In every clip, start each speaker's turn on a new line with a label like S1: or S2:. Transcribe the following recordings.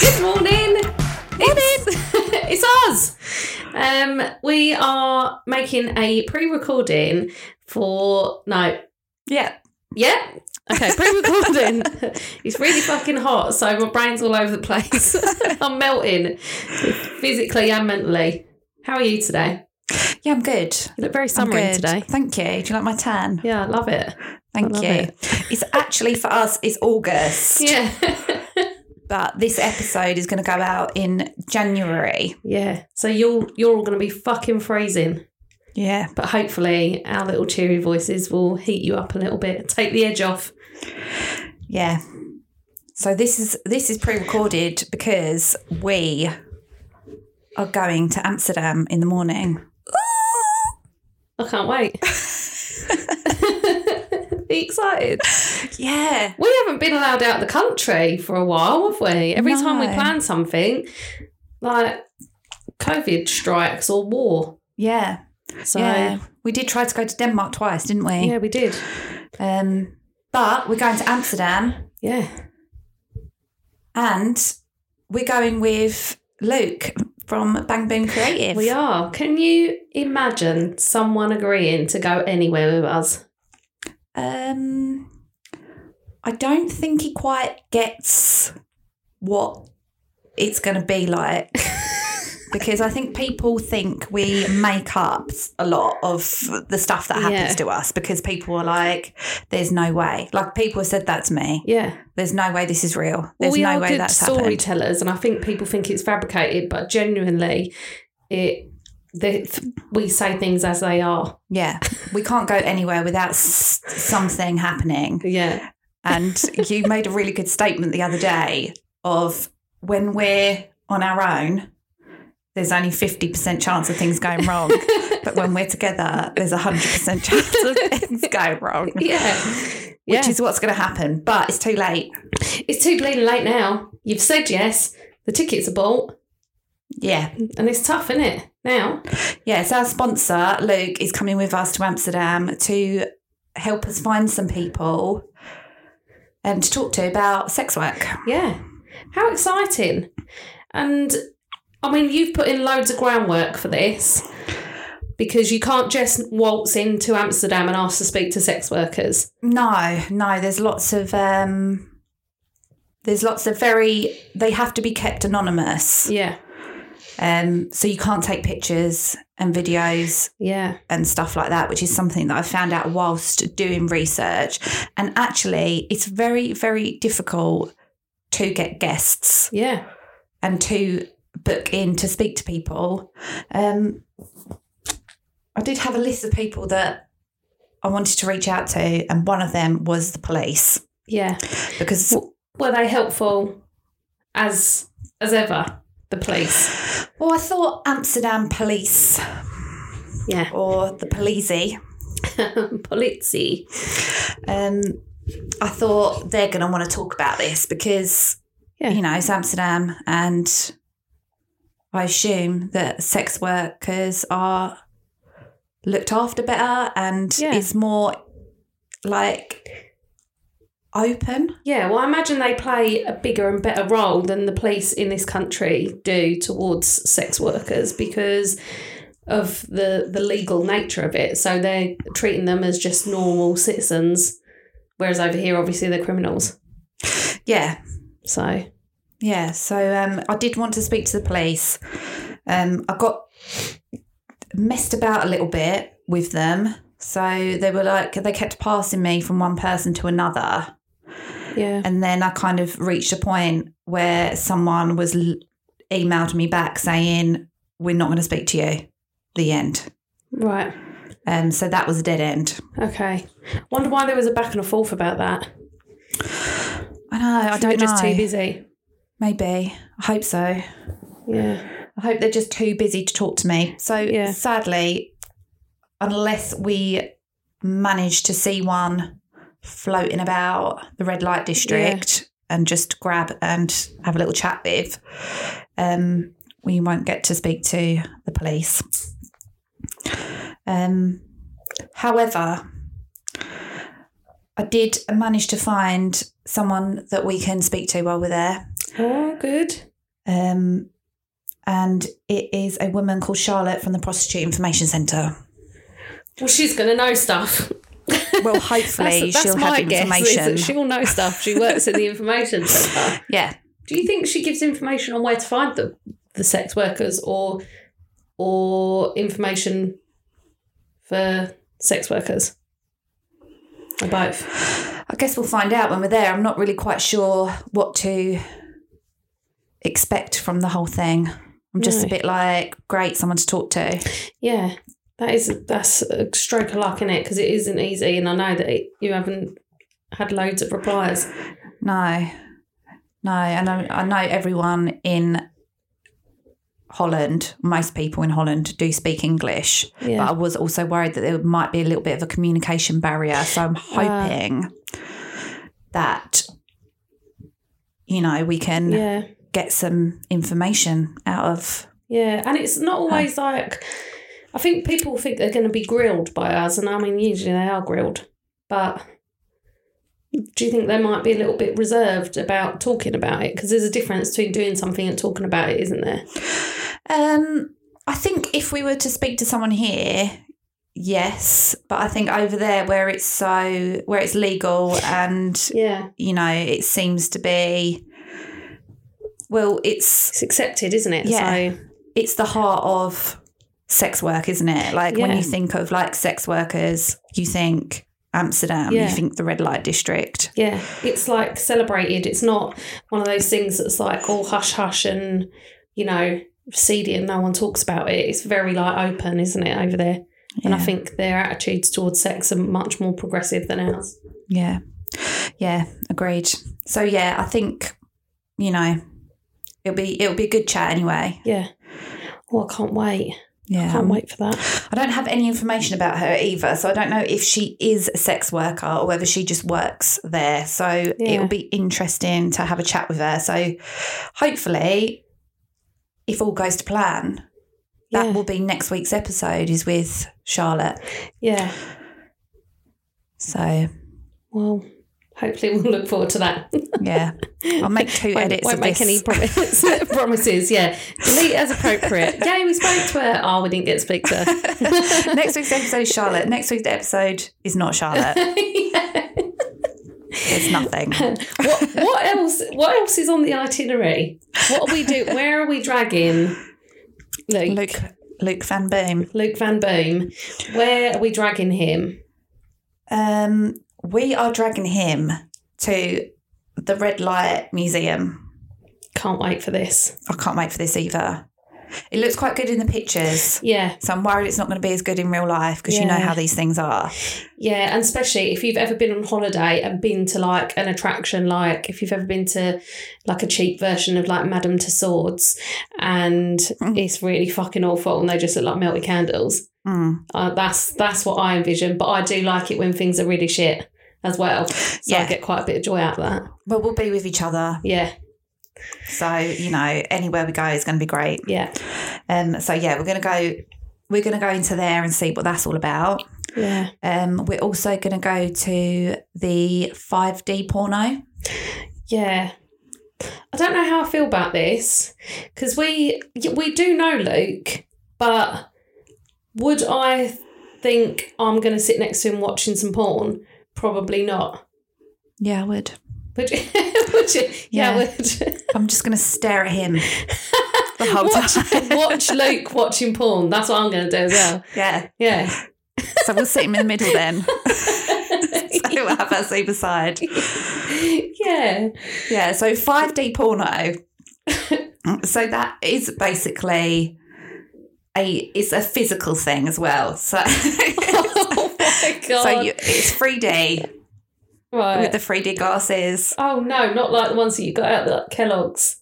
S1: Good morning. It's, it's us. Um, we are making a pre-recording for no,
S2: Yeah.
S1: yeah, okay, pre-recording. it's really fucking hot, so my brain's all over the place. I'm melting physically and mentally. How are you today?
S2: Yeah, I'm good.
S1: You look very
S2: I'm
S1: summery
S2: good.
S1: today.
S2: Thank you. Do you like my tan?
S1: Yeah, I love it.
S2: Thank
S1: love
S2: you.
S1: it.
S2: It's actually for us, it's August,
S1: Yeah,
S2: but this episode is going to go out in January.
S1: yeah. So you're you're all going to be fucking freezing.
S2: Yeah.
S1: But hopefully, our little cheery voices will heat you up a little bit, take the edge off.
S2: Yeah. So this is this is pre-recorded because we are going to Amsterdam in the morning.
S1: I can't wait. Are you excited?
S2: Yeah.
S1: We haven't been allowed out of the country for a while, have we? Every time we
S2: No.
S1: plan something, like COVID strikes or war.
S2: Yeah.
S1: So,
S2: yeah.
S1: yeah,
S2: We did try to go to Denmark twice, didn't we?
S1: we did.
S2: Um but we're going to Amsterdam
S1: Yeah.
S2: And we're going with Luke from Bang Boom Creative.
S1: We are. Can you imagine someone agreeing to go anywhere with us?
S2: Um, I don't think he quite gets what it's going to be like. Because I think people think we make up a lot of the stuff that happens
S1: Yeah.
S2: to us because people are like, there's no way. Like, people have said that to me.
S1: Yeah.
S2: There's no way this is real.
S1: Well,
S2: There's
S1: we
S2: no
S1: are
S2: way
S1: good
S2: that's happened.
S1: storytellers, and I think people think it's fabricated, but genuinely, it the, we say things as they are.
S2: Yeah. We can't go anywhere without s- something happening.
S1: Yeah,
S2: And you made a really good statement the other day of when we're on our own, there's only 50% chance of things going wrong. but when we're together, there's a 100% chance of things going wrong,
S1: yeah, yeah.
S2: which is what's going to happen. But it's too late.
S1: it's too bleeding late now. You've said yes. The tickets are bought,
S2: Yeah.
S1: and it's tough, isn't it? Now,
S2: Yeah. So our sponsor, Luke, is coming with us to Amsterdam to help us find some people and to talk to about sex work.
S1: yeah. How exciting! And I mean, you've put in loads of groundwork for this because you can't just waltz into Amsterdam and ask to speak to sex workers.
S2: No, no. There's lots of um, there's lots of very. They have to be kept anonymous,
S1: Yeah,
S2: um, so you can't take pictures and videos
S1: yeah,
S2: and stuff like that, which is something that I found out whilst doing research. And actually, it's very, very difficult to get guests
S1: yeah.
S2: and to book in to speak to people. Um, I did have a list of people that I wanted to reach out to, and one of them was the police
S1: Yeah.
S2: because
S1: Were they helpful as as ever? The police.
S2: Well, I thought Amsterdam police
S1: Yeah.
S2: or the police.
S1: Polizzi.
S2: Um, I thought they're going to want to talk about this because
S1: Yeah.
S2: you know it's Amsterdam, and I assume that sex workers are looked after better and
S1: Yeah.
S2: is more like open.
S1: Yeah, well I imagine they play a bigger and better role than the police in this country do towards sex workers because of the the legal nature of it. So they're treating them as just normal citizens. Whereas over here obviously they're criminals.
S2: Yeah,
S1: So
S2: Yeah, so um, I did want to speak to the police. Um, I got messed about a little bit with them. So they were like, they kept passing me from one person to another.
S1: yeah.
S2: And then I kind of reached a point where someone was l- emailed me back saying, we're not going to speak to you. The end.
S1: Right.
S2: Um, so that was a dead end.
S1: Okay. Wonder why there was a back and a forth about that.
S2: I know. I
S1: They were
S2: don't
S1: just
S2: know.
S1: too busy.
S2: Maybe. I hope so. I
S1: Yeah.
S2: hope they're just too busy to talk to me. So
S1: Yeah.
S2: sadly, unless we manage to see one floating about the red light district and just grab and have a little chat with, um, we won't get to speak to the police. Um, however, I did manage to find someone that we can speak to while we're there.
S1: Oh, good.
S2: Um, and it is a woman called Charlotte from the Prostitute Information Centre.
S1: Well, she's going to know stuff.
S2: Well, hopefully she'll have information.
S1: She will know stuff. She works in the information centre.
S2: yeah.
S1: Do you think she gives information on where to find the, the sex workers or or information for sex workers? Or both?
S2: I guess we'll find out when we're there. I'm not really quite sure what to expect from the whole thing. I'm just
S1: No.
S2: a bit like, great, someone to talk to.
S1: Yeah. That is that's a stroke of luck in it because it isn't easy, and I know that it, you haven't had loads of replies.
S2: No, no, and I, I know everyone in Holland. Most people in Holland do speak English,
S1: Yeah.
S2: but I was also worried that there might be a little bit of a communication barrier. So I'm hoping that you know we can
S1: Yeah.
S2: get some information out of.
S1: Yeah, and it's not always like I think people think they're going to be grilled by us, and I mean usually they are grilled, but do you think they might be a little bit reserved about talking about it? Because there's a difference between doing something and talking about it, isn't there?
S2: Um, I think if we were to speak to someone here. Yes, but I think over there where it's so where it's legal and
S1: Yeah,
S2: you know, it seems to be well, it's
S1: it's accepted, isn't it?
S2: Yeah.
S1: So,
S2: it's the heart of sex work, isn't it? Like when
S1: Yeah.
S2: you think of like sex workers, you think Amsterdam,
S1: Yeah.
S2: you think the red light district.
S1: yeah, it's like celebrated. It's not one of those things that's like all hush hush and you know seedy and no one talks about it. It's very like open, isn't it, over there? And I
S2: Yeah.
S1: think their attitudes towards sex are much more progressive than ours.
S2: Yeah. Yeah, agreed. So yeah, I think, you know, it'll be it'll be a good chat anyway.
S1: Yeah. Oh, I can't wait. I
S2: Yeah.
S1: can't wait for that.
S2: I don't have any information about her either, so I don't know if she is a sex worker or whether she just works there. So
S1: Yeah.
S2: it'll be interesting to have a chat with her. So hopefully, if all goes to plan,
S1: Yeah.
S2: that will be next week's episode is with Charlotte.
S1: yeah.
S2: So
S1: Well, hopefully we'll look forward to that.
S2: yeah, I'll make 2
S1: won't
S2: edits
S1: won't
S2: of
S1: make
S2: this.
S1: any promises. promises, yeah. Delete as appropriate. Yay, we spoke to her. Oh, we didn't get to speak to her.
S2: next week's episode is Charlotte. Next week's episode is not Charlotte.
S1: Yeah.
S2: It's nothing.
S1: What, what else? What else is on the itinerary? What are we do? Where are we dragging Luke? Luke,
S2: Luke Luke Van Boom.
S1: Van Boom. Where are we dragging him?
S2: Um, we are dragging him to the Red Light Museum.
S1: Can't wait for this.
S2: I can't wait for this either. It looks quite good in the pictures.
S1: Yeah.
S2: So I'm worried it's not going to be as good in real life because you know
S1: Yeah.
S2: how these things are.
S1: Yeah, and especially if you've ever been on holiday and been to like an attraction, like if you've ever been to like a cheap version of like Madame Tussauds, and it's really fucking awful, and they just look like melted candles.
S2: Mm.
S1: Uh, that's that's what I envision. But I do like it when things are really shit as well. So I
S2: Yeah.
S1: get quite a bit of joy out of that.
S2: But we'll be with each other.
S1: Yeah,
S2: So, you know, anywhere we go is going to be great.
S1: yeah,
S2: Um, so, yeah, we're going to go. We're going to go into there and see what that's all about.
S1: yeah,
S2: Um, we're also going to go to the 5D porno.
S1: yeah. I don't know how I feel about this because we we do know Luke, but would I think I'm going to sit next to him watching some porn? Probably not.
S2: Yeah, I would.
S1: Would you? would you? Yeah,
S2: Yeah.
S1: I would.
S2: I'm just going to stare at him the whole time.
S1: watch, watch Luke watching porn. That's what I'm going to do as well.
S2: Yeah.
S1: Yeah.
S2: So we'll sit him in the middle then. so we'll have us either side.
S1: yeah.
S2: Yeah, so 5D porno. so that is basically a it's a physical thing as well. So,
S1: oh my god!
S2: so you, it's 3D
S1: right.
S2: with the 3D glasses.
S1: oh no, not like the ones that you got out of the Kellogg's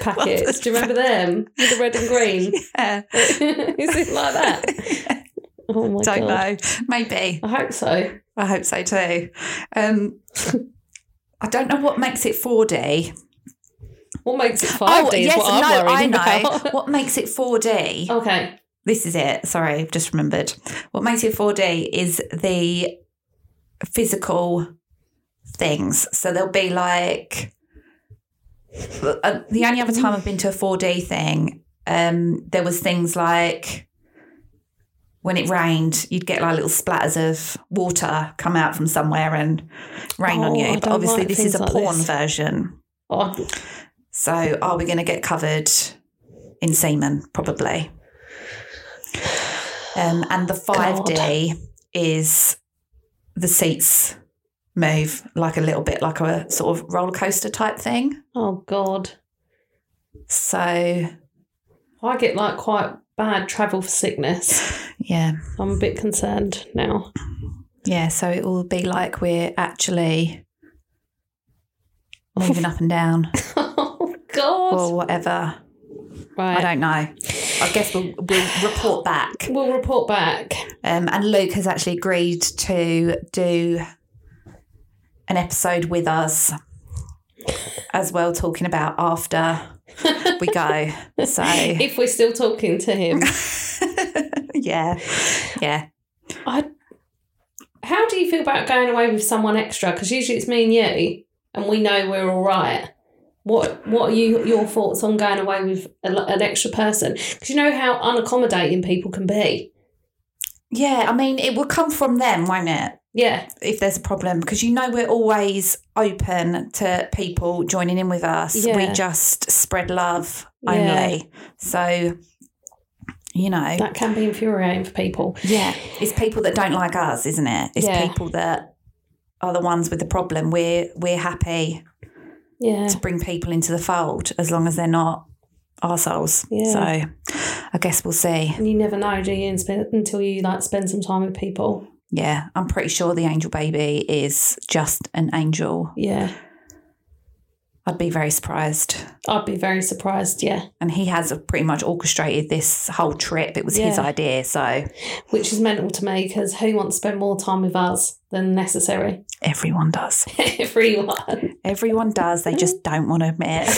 S1: packets. Do you remember them with the red and green?
S2: Yeah.
S1: Is it like that? Oh my
S2: Don't
S1: god!
S2: know. Maybe.
S1: I hope so.
S2: I hope so too. Um, I don't know what makes it 4D.
S1: What makes it five D is what I'm
S2: Oh, I
S1: worried
S2: know.
S1: about.
S2: What makes it 4D?
S1: okay.
S2: This is it. Sorry, I've just remembered. What makes it 4D is the physical things. So there'll be like uh, the only other time I've been to a 4D thing, um, there was things like when it rained, you'd get like little splatters of water come out from somewhere and rain on
S1: Oh, I
S2: you. But
S1: don't
S2: obviously,
S1: like
S2: this is a
S1: things like
S2: porn
S1: this.
S2: version.
S1: Oh,
S2: So are we going to get covered in semen? Probably. Um, and the 5D is the seats move like a little bit like a sort of roller coaster type thing.
S1: oh god!
S2: So
S1: I get like quite bad travel sickness.
S2: yeah,
S1: I'm a bit concerned now.
S2: yeah. So it will be like we're actually moving up and down
S1: oh god!
S2: or whatever. I
S1: right.
S2: don't know. I guess we'll, we'll report back.
S1: We'll report back.
S2: Um, and Luke has actually agreed to do an episode with us as well, talking about after we go. So,
S1: if we're still talking to him.
S2: yeah, yeah.
S1: I. How do you feel about going away with someone extra? Because usually it's me and you, and we know we're all right. What What are you your thoughts on going away with a, lo- an extra person? Because you know how unaccommodating people can be.
S2: Yeah, I mean, it will come from them, won't it?
S1: Yeah,
S2: If there's a problem, because you know we're always open to people joining in with us.
S1: Yeah.
S2: We just spread love
S1: Yeah.
S2: only. So, you know.
S1: that can be infuriating for people.
S2: Yeah, it's people that don't like us, isn't it? It's
S1: Yeah.
S2: people that are the ones with the problem. We're we're happy
S1: Yeah,
S2: to bring people into the fold as long as they're not ourselves.
S1: Yeah.
S2: So I guess we'll see.
S1: and you never know, do you? inspe- Until you like spend some time with people.
S2: Yeah, I'm pretty sure the angel baby is just an angel.
S1: Yeah,
S2: I'd be very surprised.
S1: I'd be very surprised. Yeah,
S2: And he has pretty much orchestrated this whole trip. It was his
S1: Yeah.
S2: idea, so
S1: which is mental to me because who wants to spend more time with us than necessary?
S2: everyone does.
S1: Everyone.
S2: Everyone does. They just don't want to admit.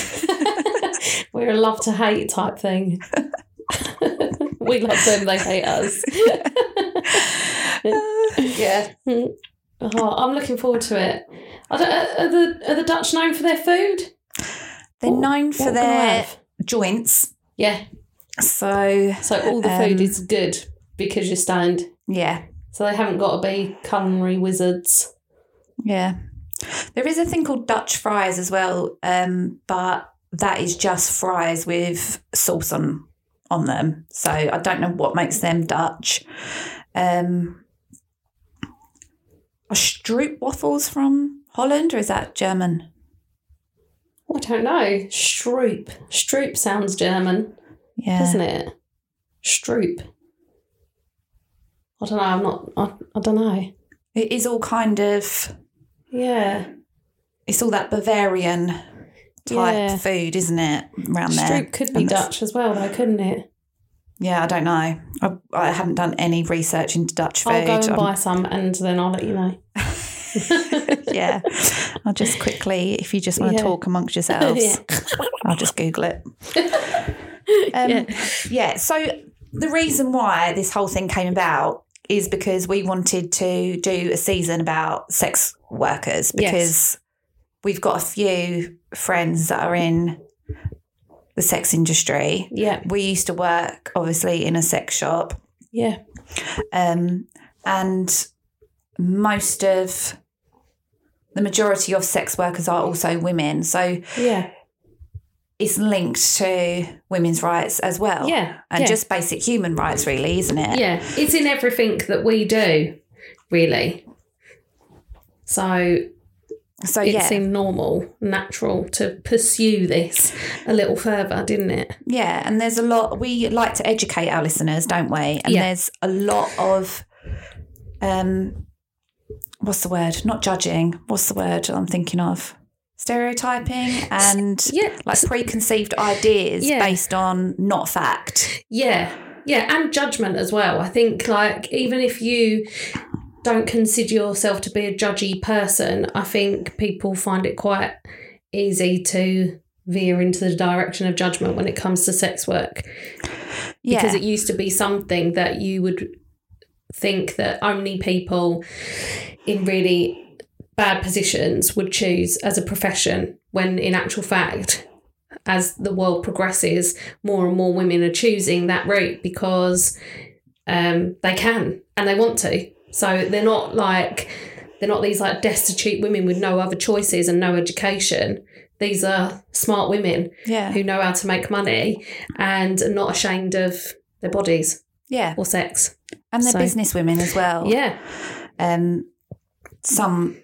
S1: We're a love to hate type thing. we love them, they hate us.
S2: yeah.
S1: Oh, I'm looking forward to it. I don't, are, are the, are the Dutch known for their food?
S2: They're
S1: What-
S2: known for
S1: What can I
S2: their
S1: have?
S2: joints.
S1: Yeah,
S2: So
S1: so all the food
S2: Um,
S1: is good because you're stand.
S2: yeah,
S1: So they haven't got to be culinary wizards.
S2: yeah. There is a thing called Dutch fries as well, um, but that is just fries with sauce on on them. So I don't know what makes them Dutch. Um, are Stroop waffles from Holland or is that German?
S1: Oh, I don't know. Stroop. Stroop sounds German,
S2: Yeah,
S1: doesn't it? Stroop. I don't know. I'm not. I, I don't know.
S2: it is all kind of
S1: Yeah.
S2: it's all that Bavarian type
S1: Yeah.
S2: food, isn't it? Around there,
S1: Stroop could be
S2: And that's-
S1: Dutch as well, though, couldn't it?
S2: Yeah, I don't know. I, I haven't done any research into Dutch food.
S1: I'll go and
S2: I'm-
S1: buy some and then I'll let you know.
S2: yeah. I'll just quickly, if you just want to
S1: Yeah.
S2: talk amongst yourselves,
S1: Yeah.
S2: I'll just Google it. Um, yeah. So the reason why this whole thing came about is because we wanted to do a season about sex workers
S1: Yes.
S2: because we've got a few friends that are in the sex industry.
S1: Yeah.
S2: We used to work, obviously, in a sex shop.
S1: Yeah.
S2: Um, and most of the majority of sex workers are also women. So
S1: Yeah.
S2: it's linked to women's rights as well.
S1: Yeah,
S2: Oh, And
S1: yeah.
S2: just basic human rights, really, isn't it?
S1: Yeah. It's in everything that we do, really. So
S2: So
S1: it
S2: yeah,
S1: seemed normal, natural to pursue this a little further, didn't it?
S2: yeah, and there's a lot. We like to educate our listeners, don't we? And
S1: Yeah.
S2: there's a lot of, um, what's the word? Not judging. What's the word I'm thinking of? Stereotyping and
S1: Yeah,
S2: like preconceived ideas
S1: Yeah.
S2: based on not fact.
S1: Yeah, yeah, and judgment as well. I think like even if you don't consider yourself to be a judgy person, I think people find it quite easy to veer into the direction of judgment when it comes to sex work
S2: Yeah,
S1: because it used to be something that you would think that only people in really bad positions would choose as a profession when in actual fact as the world progresses more and more women are choosing that route because um, they can and they want to so they're not like they're not these like destitute women with no other choices and no education these are smart women
S2: yeah,
S1: who know how to make money and are not ashamed of their bodies
S2: yeah,
S1: or sex.
S2: and they're
S1: so-
S2: business women as well.
S1: Yeah.
S2: um, some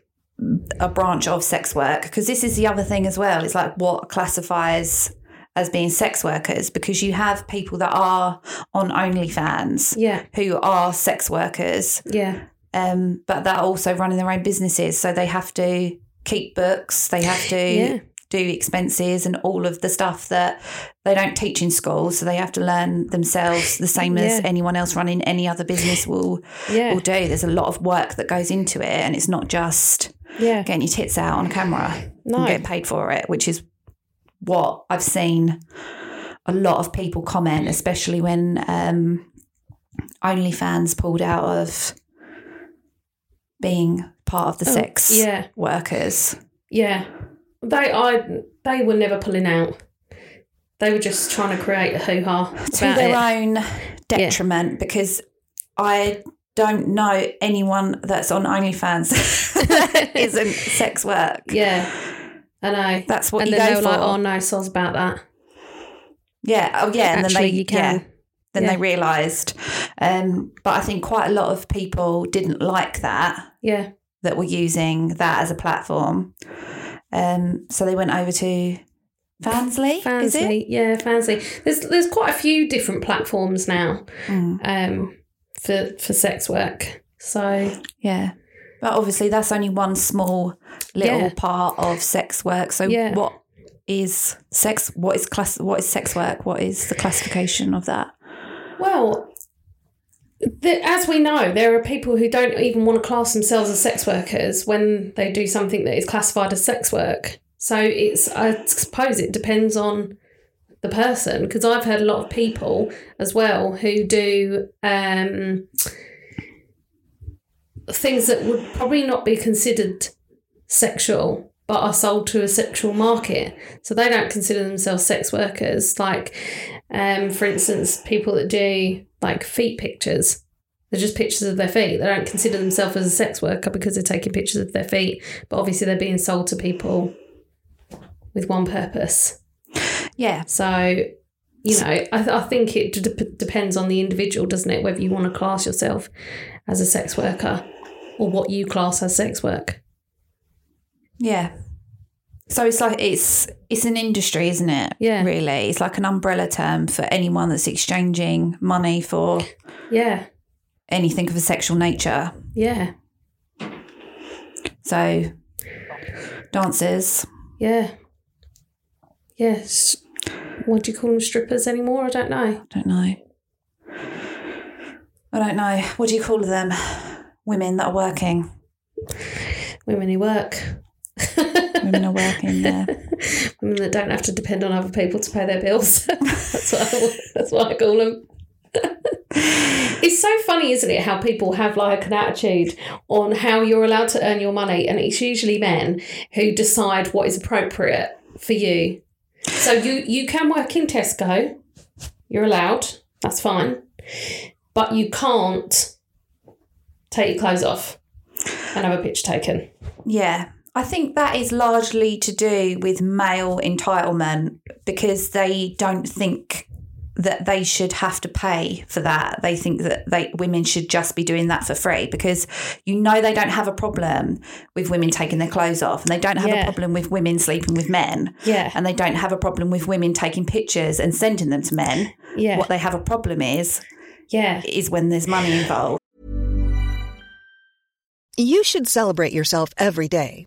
S2: a branch of sex work because this is the other thing as well. It's like what classifies as being sex workers because you have people that are on OnlyFans
S1: Yeah.
S2: who are sex workers,
S1: Yeah.
S2: um, but they're also running their own businesses, so they have to keep books, they have to.
S1: Yeah.
S2: Do expenses and all of the stuff that they don't teach in school, so they have to learn themselves the same as
S1: Yeah.
S2: anyone else running any other business will
S1: Yeah.
S2: will do. There's a lot of work that goes into it, and it's not just
S1: Yeah.
S2: getting your tits out on camera and
S1: No.
S2: getting paid for it, which is what I've seen a lot of people comment, especially when um, OnlyFans pulled out of being part of the
S1: Oh,
S2: sex
S1: Yeah.
S2: workers.
S1: Yeah. They I they were never pulling out. They were just trying to create a hoo ha
S2: to
S1: about
S2: their
S1: it.
S2: own detriment because I don't know anyone that's on OnlyFans that isn't sex work.
S1: Yeah. I know.
S2: That's what
S1: and
S2: you
S1: then
S2: go
S1: they were
S2: for.
S1: like, "Oh no, soz about that."
S2: Yeah. Oh, yeah. And
S1: Actually,
S2: then they,
S1: you can.
S2: yeah, then
S1: Yeah.
S2: they realised. Um, but I think quite a lot of people didn't like that,
S1: Yeah,
S2: that were using that as a platform. Um, so they went over to Fansly. Is it?
S1: Fansly. Yeah, Fansly. There's there's quite a few different platforms now
S2: Mm,
S1: um, for for sex work. So
S2: yeah. But obviously, that's only one small little
S1: Yeah.
S2: part of sex work. So
S1: Yeah.
S2: what is sex? What is class? What is sex work? What is the classification of that?
S1: Well, the, as we know, there are people who don't even want to class themselves as sex workers when they do something that is classified as sex work. So it's, I suppose, it depends on the person because I've heard a lot of people as well who do um, things that would probably not be considered sexual but are sold to a sexual market. So they don't consider themselves sex workers. Like, um, for instance, people that do like feet pictures. They're just pictures of their feet. They don't consider themselves as a sex worker because they're taking pictures of their feet, but obviously they're being sold to people with one purpose.
S2: Yeah.
S1: So, you know, I, I think it d- d- depends on the individual, doesn't it? Whether you want to class yourself as a sex worker or what you class as sex work.
S2: Yeah. So it's like it's it's an industry, isn't it?
S1: Yeah.
S2: Really. It's like an umbrella term for anyone that's exchanging money for
S1: Yeah.
S2: anything of a sexual nature.
S1: Yeah.
S2: So dancers.
S1: Yeah. Yes. What do you call them? Strippers anymore? I don't know.
S2: I don't know. I don't know. What do you call them? Women that are working.
S1: Women who work.
S2: Women are working there.
S1: Women that don't have to depend on other people to pay their bills. that's what I, that's what I call them. it's so funny, isn't it, how people have like an attitude on how you're allowed to earn your money, and it's usually men who decide what is appropriate for you. So you you can work in Tesco, you're allowed, that's fine, but you can't take your clothes off and have a picture taken.
S2: Yeah. I think that is largely to do with male entitlement because they don't think that they should have to pay for that. They think that they women should just be doing that for free because you know they don't have a problem with women taking their clothes off and they don't have
S1: Yeah.
S2: a problem with women sleeping with men
S1: Yeah.
S2: and they don't have a problem with women taking pictures and sending them to men.
S1: Yeah.
S2: What they have a problem is
S1: yeah.
S2: is when there's money involved.
S3: You should celebrate yourself every day,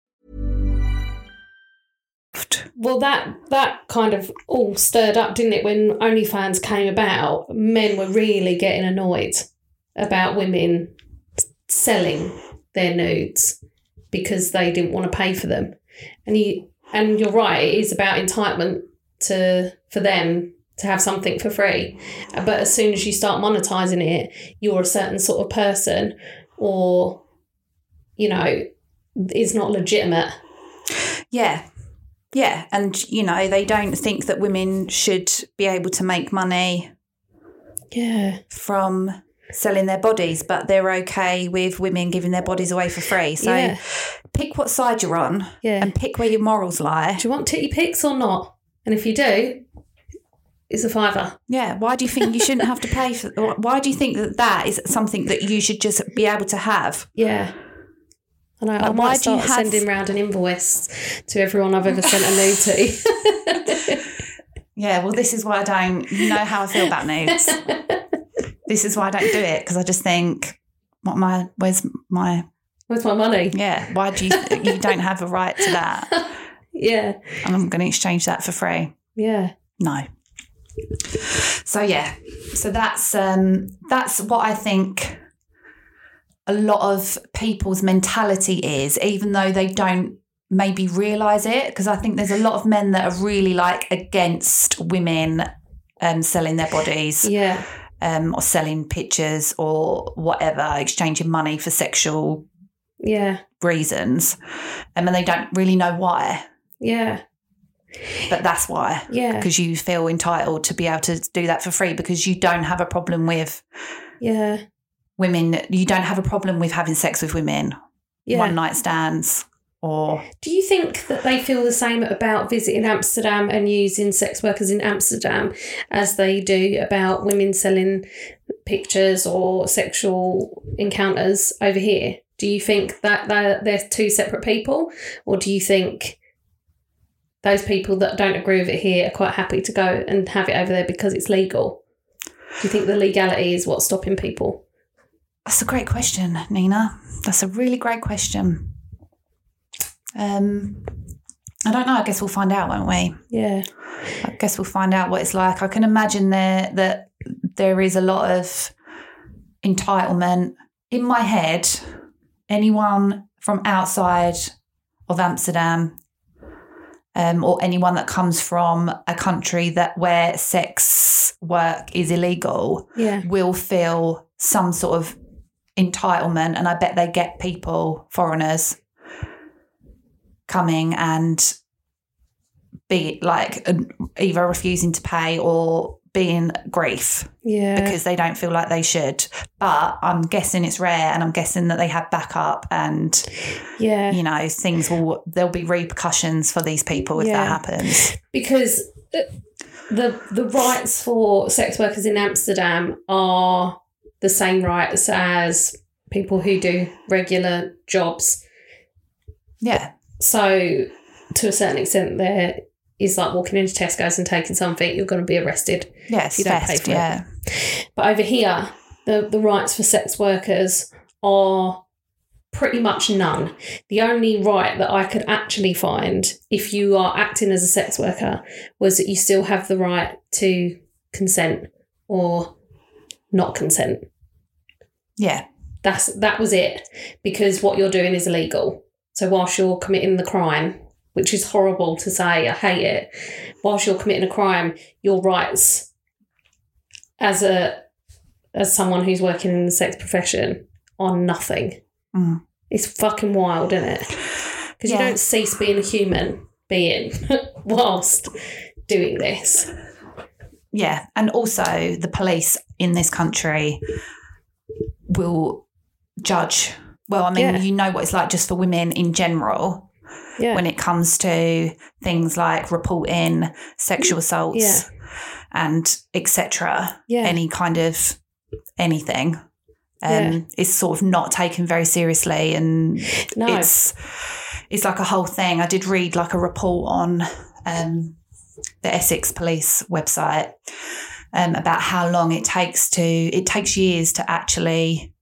S1: Well, that that kind of all stirred up, didn't it? When OnlyFans came about, men were really getting annoyed about women selling their nudes because they didn't want to pay for them. And you and you're right; it is about entitlement to for them to have something for free. But as soon as you start monetizing it, you're a certain sort of person, or you know, it's not legitimate.
S2: Yeah. Yeah. And you know, they don't think that women should be able to make money
S1: Yeah.
S2: from selling their bodies, but they're okay with women giving their bodies away for free. So
S1: Yeah.
S2: pick what side you're on
S1: Yeah.
S2: and pick where your morals lie.
S1: do you want titty pics or not? And if you do, it's a fiver.
S2: Yeah. Why do you think you shouldn't have to pay for? Why do you think that that is something that you should just be able to have?
S1: Yeah. I know. I
S2: And
S1: might
S2: Uh, why do you
S1: start
S2: have-
S1: sending round an invoice to everyone I've ever sent a nude to.
S2: Yeah. Well, this is why I don't. You know how I feel about nudes. this is why I don't do it because I just think, what my where's my
S1: Where's my money?
S2: yeah? Why do you you don't have a right to that?
S1: Yeah.
S2: And I'm going to exchange that for free.
S1: Yeah.
S2: No. So yeah, so that's um, that's what I think. A lot of people's mentality is, even though they don't maybe realize it, because I think there's a lot of men that are really like against women um, selling their bodies
S1: Yeah.
S2: um, or selling pictures or whatever, exchanging money for sexual
S1: Yeah.
S2: reasons, um, and they don't really know why.
S1: Yeah.
S2: But that's why
S1: Yeah.
S2: because you feel entitled to be able to do that for free because you don't have a problem with
S1: Yeah.
S2: women you don't have a problem with having sex with women
S1: Yeah.
S2: one night stands or
S1: Do you think that they feel the same about visiting Amsterdam and using sex workers in Amsterdam as they do about women selling pictures or sexual encounters over here? Do you think that they're, they're two separate people, or do you think those people that don't agree with it here are quite happy to go and have it over there because it's legal? Do you think the legality is what's stopping people?
S2: that's a great question nina that's a really great question um i don't know i guess we'll find out won't we
S1: Yeah,
S2: I guess we'll find out what it's like. I can imagine there that there is a lot of entitlement in my head. Anyone from outside of Amsterdam, um, or anyone that comes from a country that where sex work is illegal,
S1: yeah,
S2: will feel some sort of entitlement and i bet they get people foreigners coming and be like an- either refusing to pay or being grief
S1: yeah,
S2: because they don't feel like they should but i'm guessing it's rare and i'm guessing that they have backup and
S1: yeah.
S2: you know things will there'll be repercussions for these people if
S1: Yeah.
S2: that happens
S1: because the- the the rights for sex workers in Amsterdam are the same rights as people who do regular jobs.
S2: yeah
S1: So to a certain extent there is like walking into Tesco's and taking something, you're gonna be arrested.
S2: yeah it's
S1: You don't pay
S2: theft,
S1: for it.
S2: yeah
S1: But over here, the, the rights for sex workers are pretty much none. The only right that I could actually find if you are acting as a sex worker was that you still have the right to consent or not consent.
S2: Yeah.
S1: That's that was it because what you're doing is illegal. So whilst you're committing the crime, which is horrible to say, I hate it. Whilst you're committing a crime, your rights as a as someone who's working in the sex profession are nothing.
S2: Mm.
S1: It's fucking wild, isn't it? Because you
S2: Yeah.
S1: don't cease being a human being whilst doing this.
S2: Yeah. And also, the police in this country will judge. Well, I mean,
S1: Yeah.
S2: you know what it's like just for women in general
S1: Yeah.
S2: when it comes to things like reporting sexual assaults and etc.
S1: Yeah.
S2: Any kind of anything. Um,
S1: Yeah.
S2: It's sort of not taken very seriously, and
S1: no.
S2: it's it's like a whole thing. I did read like a report on um, the Essex Police website um, about how long it takes to it takes years to actually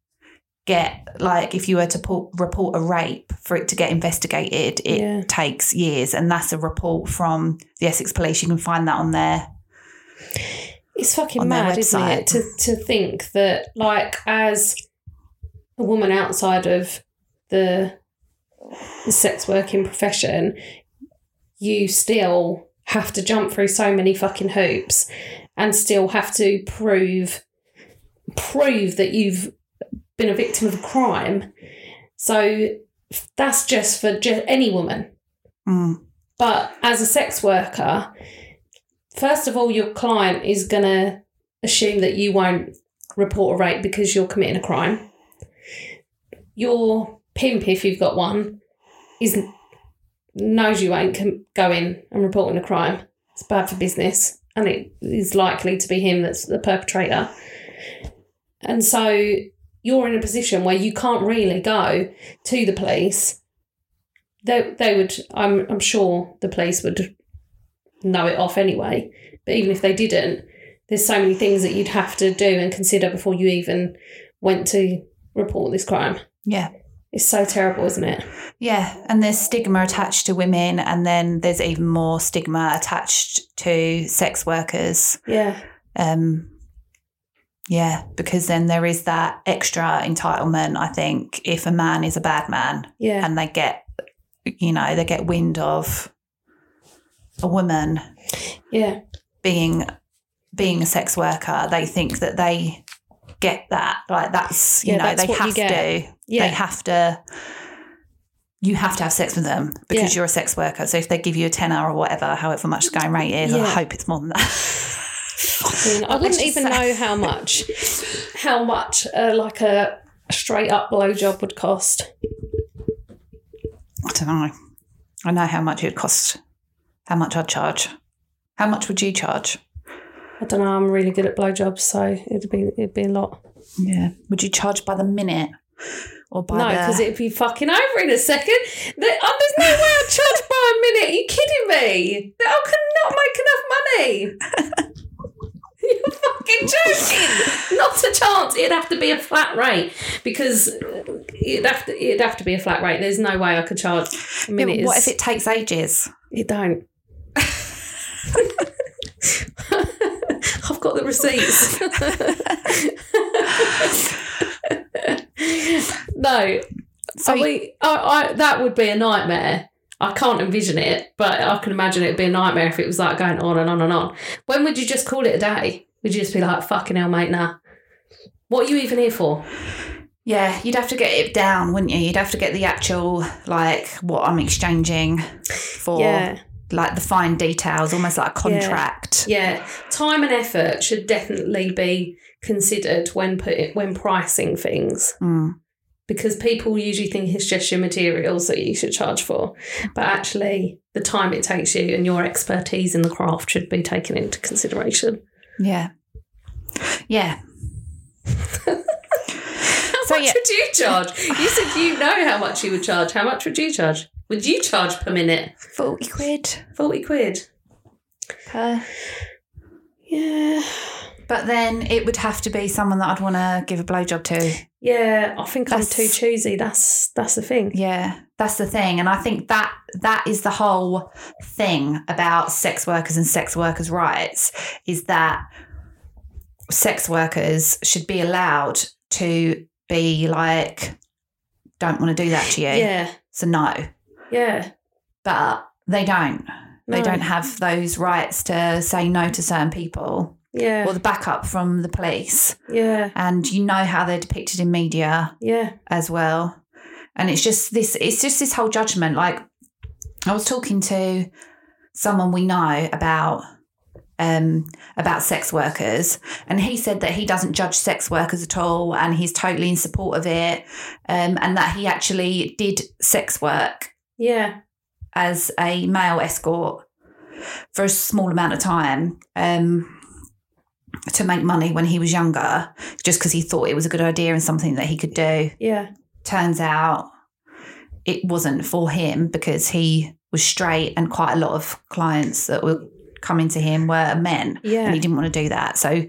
S2: get like if you were to po- report a rape for it to get investigated, it
S1: Yeah.
S2: takes years, and that's a report from the Essex Police. You can find that on there.
S1: It's fucking
S2: on their
S1: mad, isn't it? To to think that like as a woman outside of the sex working profession, you still have to jump through so many fucking hoops and still have to prove prove that you've been a victim of a crime. So that's just for ju- any woman.
S2: Mm,
S1: But as a sex worker, first of all, your client is going to assume that you won't report a rape because you're committing a crime. Your pimp, if you've got one, is knows you ain't com- going and reporting a crime. It's bad for business, and it is likely to be him that's the perpetrator. And so you're in a position where you can't really go to the police they they would I'm I'm sure the police would know it off anyway. But even if they didn't, there's so many things that you'd have to do and consider before you even went to report this crime.
S2: yeah.
S1: It's so terrible, isn't it?
S2: Yeah, and there's stigma attached to women, and then there's even more stigma attached to sex workers.
S1: Yeah.
S2: Um, yeah, because then there is that extra entitlement. I think if a man is a bad man,
S1: Yeah.
S2: and they get, you know, they get wind of a woman
S1: yeah.
S2: being being a sex worker, they think that they get that. Like that's you
S1: Yeah,
S2: know
S1: that's
S2: they
S1: what you
S2: have
S1: get.
S2: to.
S1: Yeah.
S2: They have to. You have to have sex with them because
S1: Yeah.
S2: you're a sex worker. So if they give you a ten hour or whatever, however much the going rate is,
S1: Yeah.
S2: I hope it's more than that.
S1: I, mean, I wouldn't even know how much how much uh, like a straight up blowjob would cost.
S2: I don't know. I know how much it would cost. How much I'd charge. How much would you charge?
S1: I don't know. I'm really good at blowjobs, so it'd be it'd be a lot.
S2: Yeah. Would you charge by the minute or by
S1: No,
S2: the?
S1: because it'd be fucking over in a second. The- oh, there's no way I'd charge by a minute. Are you kidding me? I could not make enough money. You're fucking joking. Not a chance. It'd have to be a flat rate because it'd have to it'd have to be a flat rate. There's no way I could charge. A
S2: Yeah,
S1: minute
S2: but what
S1: is-
S2: if it takes ages?
S1: you don't. I've got the receipts. no,
S2: So
S1: I mean, I, I, that would be a nightmare. I can't envision it, but I can imagine it'd be a nightmare if it was like going on and on and on. When would you just call it a day? Would you just be like, fucking hell, mate, nah? What are you even here for?
S2: Yeah, you'd have to get it down, wouldn't you? You'd have to get the actual like what I'm exchanging for like the fine details, almost like a contract.
S1: Yeah, time and effort should definitely be considered when put when pricing things
S2: Mm.
S1: because people usually think it's just your materials that you should charge for, but actually the time it takes you and your expertise in the craft should be taken into consideration.
S2: Yeah. Yeah.
S1: How
S2: So,
S1: much
S2: yeah.
S1: would you charge? You said you know how much you would charge. How much would you charge? Would you charge per minute?
S2: 40 quid
S1: Forty quid.
S2: per.
S1: Yeah.
S2: But then it would have to be someone that I'd want to give a blowjob to.
S1: Yeah, I think
S2: That's-
S1: I'm too choosy. That's that's the thing.
S2: Yeah, that's the thing, and I think that that is the whole thing about sex workers and sex workers' rights is that sex workers should be allowed to be like, don't want to do that to you,
S1: Yeah,
S2: so no,
S1: yeah.
S2: but they don't. They
S1: No.
S2: don't have those rights to say no to certain people
S1: Yeah,
S2: or the backup from the police.
S1: yeah,
S2: And you know how they're depicted in media
S1: yeah,
S2: as well. And it's just this it's just this whole judgment. Like I was talking to someone we know about um about sex workers and he said that he doesn't judge sex workers at all and he's totally in support of it um and that he actually did sex work
S1: yeah,
S2: as a male escort for a small amount of time um, to make money when he was younger, just because he thought it was a good idea and something that he could do.
S1: yeah,
S2: Turns out it wasn't for him because he was straight, and quite a lot of clients that were coming to him were men.
S1: Yeah.
S2: And he didn't want to do that. So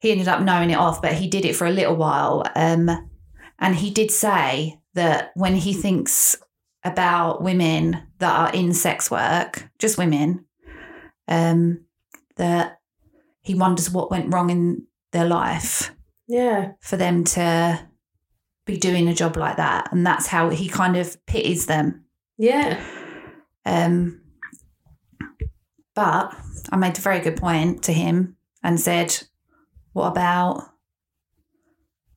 S2: he ended up knowing it off, but he did it for a little while. Um, and he did say that when he thinks about women that are in sex work, just women, um, that he wonders what went wrong in their life
S1: yeah,
S2: for them to be doing a job like that. And that's how he kind of pities them.
S1: yeah,
S2: Um, but I made a very good point to him and said, What about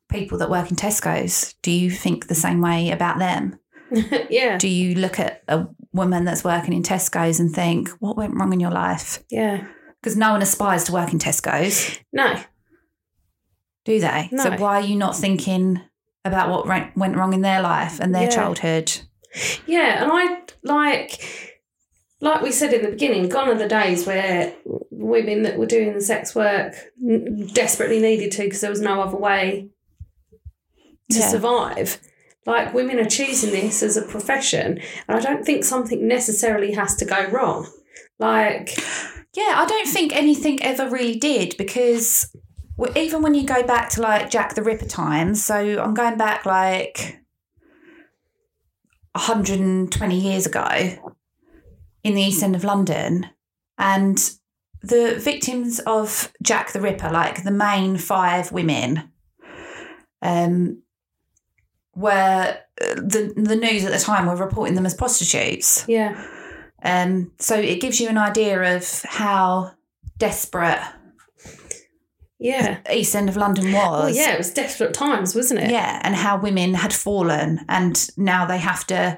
S2: people that work in Tesco's? Do you think the same way about them?
S1: yeah,
S2: Do you look at a woman that's working in Tesco's and think, What went wrong in your life?
S1: yeah.
S2: Because no one aspires to work in Tesco's,
S1: No,
S2: do they? So
S1: No.
S2: why are you not thinking about what re- went wrong in their life and their
S1: Yeah.
S2: childhood?
S1: yeah, and I like, like we said in the beginning, gone are the days where women that were doing the sex work n- desperately needed to because there was no other way to
S2: Yeah.
S1: survive. Like women are choosing this as a profession, and I don't think something necessarily has to go wrong. Like,
S2: Yeah, I don't think anything ever really did because w- even when you go back to like Jack the Ripper times, so I'm going back like 120 years ago in the East End of London, and the victims of Jack the Ripper, like the main five women, um, were uh, the the news at the time were reporting them as prostitutes.
S1: yeah,
S2: Um, so it gives you an idea of how desperate
S1: yeah.
S2: East End of London was.
S1: Oh yeah, it was desperate times, wasn't it?
S2: Yeah, and how women had fallen and now they have to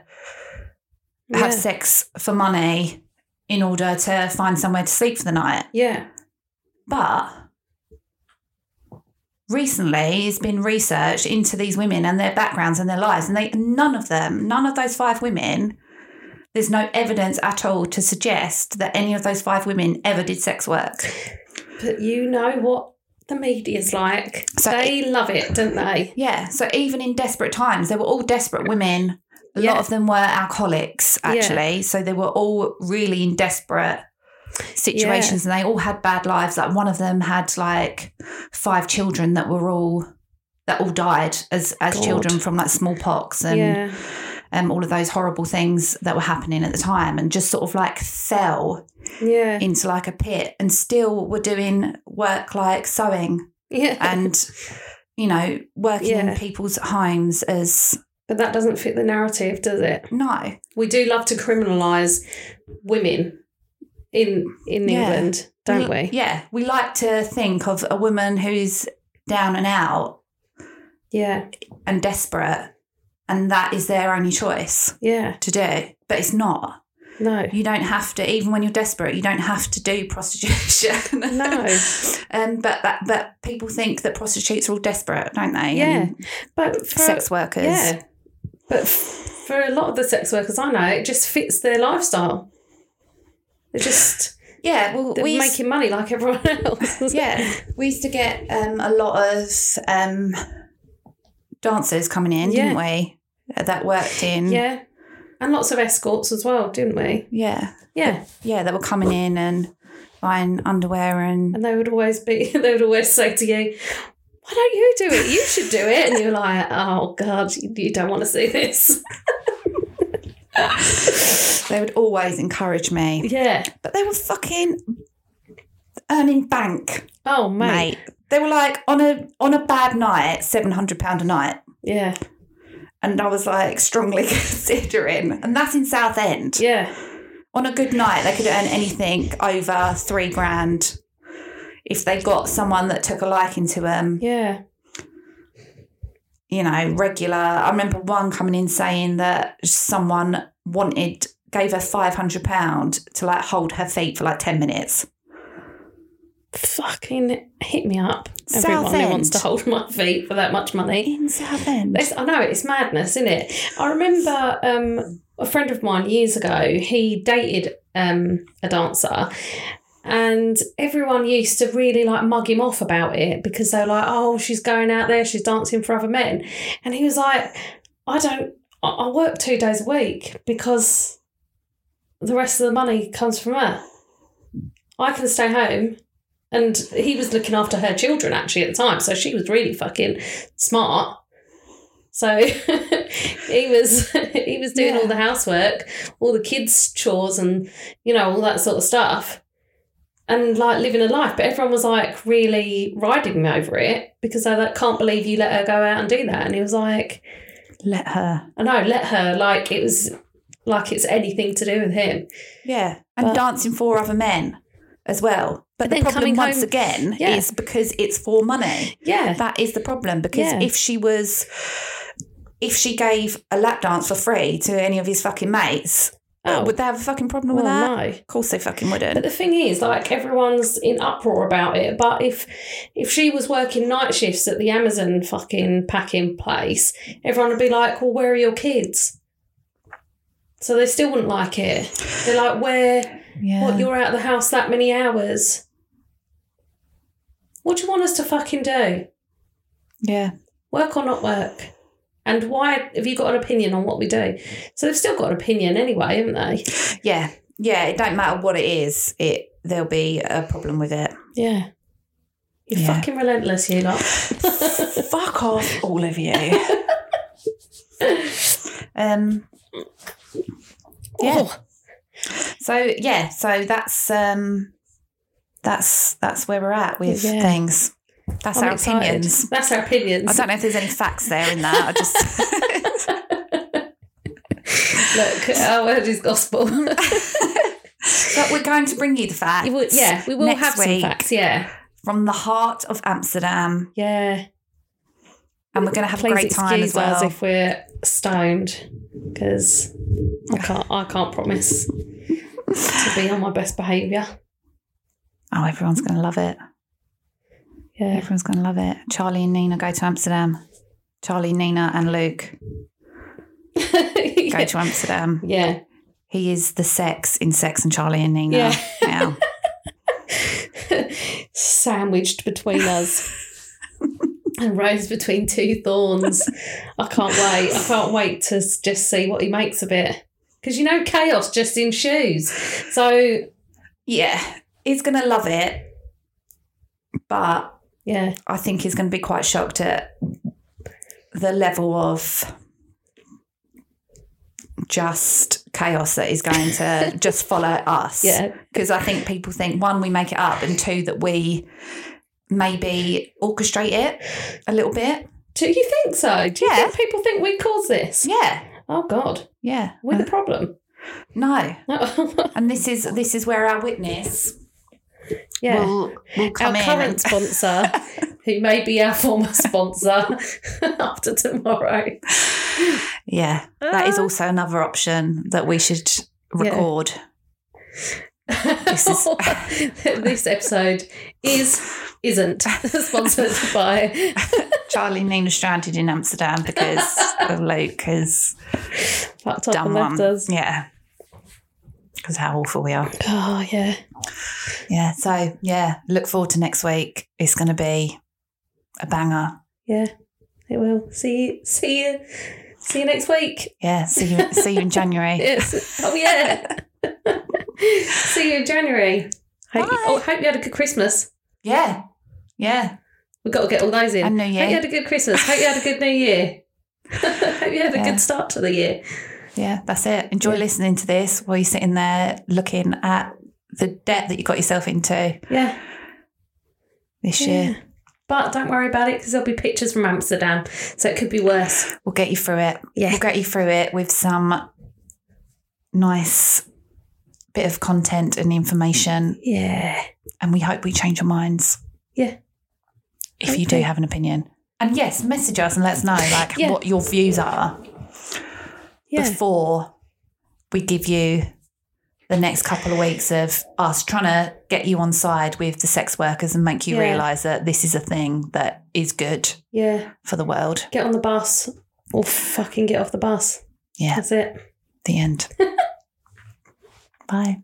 S1: Yeah.
S2: have sex for money in order to find somewhere to sleep for the night.
S1: Yeah.
S2: But recently it's been researched into these women and their backgrounds and their lives, and they none of them, none of those five women, there's no evidence at all to suggest that any of those five women ever did sex work.
S1: But you know what the media's like.
S2: So-
S1: they love it, don't they?
S2: Yeah. So even in desperate times, they were all desperate women. A
S1: Yeah.
S2: lot of them were alcoholics, actually. So they were all really in desperate situations and they all had bad lives. Like one of them had like five children that were all that all died as as
S1: God.
S2: children from like smallpox and
S1: yeah.
S2: um, all of those horrible things that were happening at the time and just sort of like fell
S1: Yeah.
S2: into like a pit and still were doing work like sewing
S1: Yeah.
S2: and you know working in
S1: Yeah.
S2: people's homes as
S1: but that doesn't fit the narrative, does it?
S2: no
S1: We do love to criminalise women in in
S2: Yeah.
S1: England, don't
S2: L-
S1: we?
S2: yeah we like to think of a woman who's down and out
S1: Yeah.
S2: and desperate and that is their only choice
S1: Yeah.
S2: to do but it's not
S1: No.
S2: you don't have to even when you're desperate you don't have to do prostitution
S1: No.
S2: um but that but people think that prostitutes are all desperate don't they
S1: Yeah.
S2: And
S1: But for
S2: sex workers
S1: Yeah. But f- for a lot of the sex workers I know, it just fits their lifestyle. They're just
S2: yeah well
S1: they're
S2: we
S1: making money like everyone else.
S2: yeah, we used to get um, a lot of um, dancers coming in,
S1: Yeah.
S2: didn't we? Uh, That worked in.
S1: Yeah. And lots of escorts as well, didn't we?
S2: Yeah.
S1: Yeah.
S2: Yeah, that were coming in and buying underwear and
S1: And they would always be, they would always say to you, why don't you do it? You should do it. And you're like, oh God, you, you don't want to see this.
S2: they would always encourage me.
S1: Yeah.
S2: But they were fucking earning bank,
S1: Oh, mate.
S2: mate. They were like on a on a bad night, seven hundred pound a night.
S1: Yeah.
S2: And I was like strongly considering, and that's in Southend.
S1: Yeah.
S2: on a good night they could earn anything over three grand if they got someone that took a liking to them
S1: Yeah.
S2: you know regular i remember one coming in saying that someone wanted gave her 500 pound to like hold her feet for like 10 minutes
S1: Fucking hit me up. Everyone
S2: Southend.
S1: who wants to hold my feet for that much money.
S2: in Southend.
S1: It's, I know it's madness, isn't it? I remember um, a friend of mine years ago. He dated um, a dancer, and everyone used to really like mug him off about it because they were like, "Oh, she's going out there, she's dancing for other men," and he was like, "I don't. I, I work two days a week because the rest of the money comes from her. I can stay home." And he was looking after her children actually at the time, so she was really fucking smart. So he was he was doing
S2: Yeah.
S1: all the housework, all the kids' chores, and you know all that sort of stuff, and like living a life. But everyone was like really riding me over it because they like can't believe you let her go out and do that. And he was like,
S2: let her
S1: I know, let her. Like it was like it's anything to do with him.
S2: yeah and
S1: But-
S2: dancing for other men as well
S1: But
S2: but, the
S1: then
S2: problem
S1: coming
S2: once
S1: home-
S2: again
S1: Yeah.
S2: is because it's for money
S1: Yeah,
S2: That is the problem because
S1: Yeah.
S2: if she was, if she gave a lap dance for free to any of his fucking mates,
S1: Oh.
S2: would they have a fucking problem with
S1: Well,
S2: that?
S1: no.
S2: Of course they fucking
S1: But
S2: wouldn't.
S1: the thing is, like everyone's in uproar about it. But if if she was working night shifts at the Amazon fucking packing place, everyone would be like, "Well, where are your kids?" So they still wouldn't like it. They're like, "Where?
S2: yeah.
S1: What? You're out of the house that many hours? What do you want us to fucking do?
S2: yeah.
S1: Work or not work?" And why have you got an opinion on what we do? So they've still got an opinion anyway, haven't they?
S2: Yeah. Yeah. It don't matter what it is, it there'll be a problem with it.
S1: Yeah. You're
S2: Yeah.
S1: fucking relentless, you lot.
S2: Fuck off, all of you. um Yeah.
S1: Oh.
S2: So yeah, so that's um that's that's where we're at with
S1: Yeah.
S2: things. That's
S1: I'm
S2: our
S1: excited.
S2: opinions.
S1: That's our opinions.
S2: I don't know if there's any facts there in that. I just
S1: Look, our word is gospel.
S2: but we're going to bring you the facts.
S1: You will- yeah, we will
S2: next
S1: have
S2: week
S1: some facts. Yeah,
S2: from the heart of Amsterdam,
S1: yeah.
S2: and we're going to have a
S1: Please
S2: great time
S1: excuse
S2: as well.
S1: us if we're stoned, because I can't. I can't promise to be on my best behaviour.
S2: oh, everyone's going to love it.
S1: Yeah,
S2: Everyone's going to love it. Charlie and Nina go to Amsterdam. Charlie, Nina, and Luke go
S1: yeah.
S2: to Amsterdam.
S1: yeah.
S2: He is the sex in Sex and Charlie and Nina.
S1: Yeah.
S2: Now.
S1: Sandwiched between us. And rose between two thorns. I can't wait. I can't wait to s- just see what he makes of it. Because you know, chaos just in shoes. So,
S2: yeah, he's going to love it, but
S1: yeah.
S2: I think he's going to be quite shocked at the level of just chaos that is going to just follow us.
S1: Yeah.
S2: Because I think people think one, we make it up, and two, that we maybe orchestrate it a little bit.
S1: Do you think so? Do you
S2: Yeah.
S1: think people think we caused this?
S2: Yeah.
S1: Oh God,
S2: Yeah. Uh,
S1: we're the problem.
S2: No.
S1: yeah,
S2: And this is this is where our witness will, will
S1: our
S2: come in.
S1: current
S2: and-
S1: sponsor, who may be our former sponsor after tomorrow.
S2: yeah. That
S1: Ah.
S2: is also another option that we should record.
S1: This,
S2: is-
S1: episode is isn't sponsored by.
S2: Charlie and Nina stranded in Amsterdam because of Luke has
S1: Fucked up
S2: done
S1: and
S2: one.
S1: left us.
S2: Yeah. Because how awful we are.
S1: Oh yeah,
S2: Yeah. So, yeah, look forward to next week. It's going to be a banger.
S1: yeah. It will. See, see you. See you next week.
S2: Yeah. See you, see you in January.
S1: Yes. Oh yeah. see you in January. Hope you,
S2: Bye.
S1: oh, hope you had a good Christmas.
S2: Yeah. Yeah.
S1: We've got to get all those in.
S2: And New Year.
S1: Hope you had a good Christmas. Hope you had a good New Year. hope you had a
S2: Yeah.
S1: good start to the year.
S2: Yeah. That's it. Enjoy listening to this while you're sitting there looking at the debt that you got yourself into
S1: Yeah.
S2: this
S1: Yeah.
S2: year.
S1: But don't worry about it because there'll be pictures from Amsterdam. So it could be worse.
S2: We'll get you through it.
S1: Yeah.
S2: We'll get you through it with some nice bit of content and information.
S1: Yeah.
S2: And we hope we change your minds.
S1: Yeah.
S2: If you do
S1: Okay.
S2: have an opinion. And yes, message us and let us know like
S1: Yeah.
S2: what your views are
S1: Yeah.
S2: before we give you the next couple of weeks of us trying to get you on side with the sex workers and make you
S1: Yeah.
S2: realise that this is a thing that is good
S1: Yeah.
S2: for the world.
S1: Get on the bus or fucking get off the bus.
S2: Yeah.
S1: That's it.
S2: The end. Bye.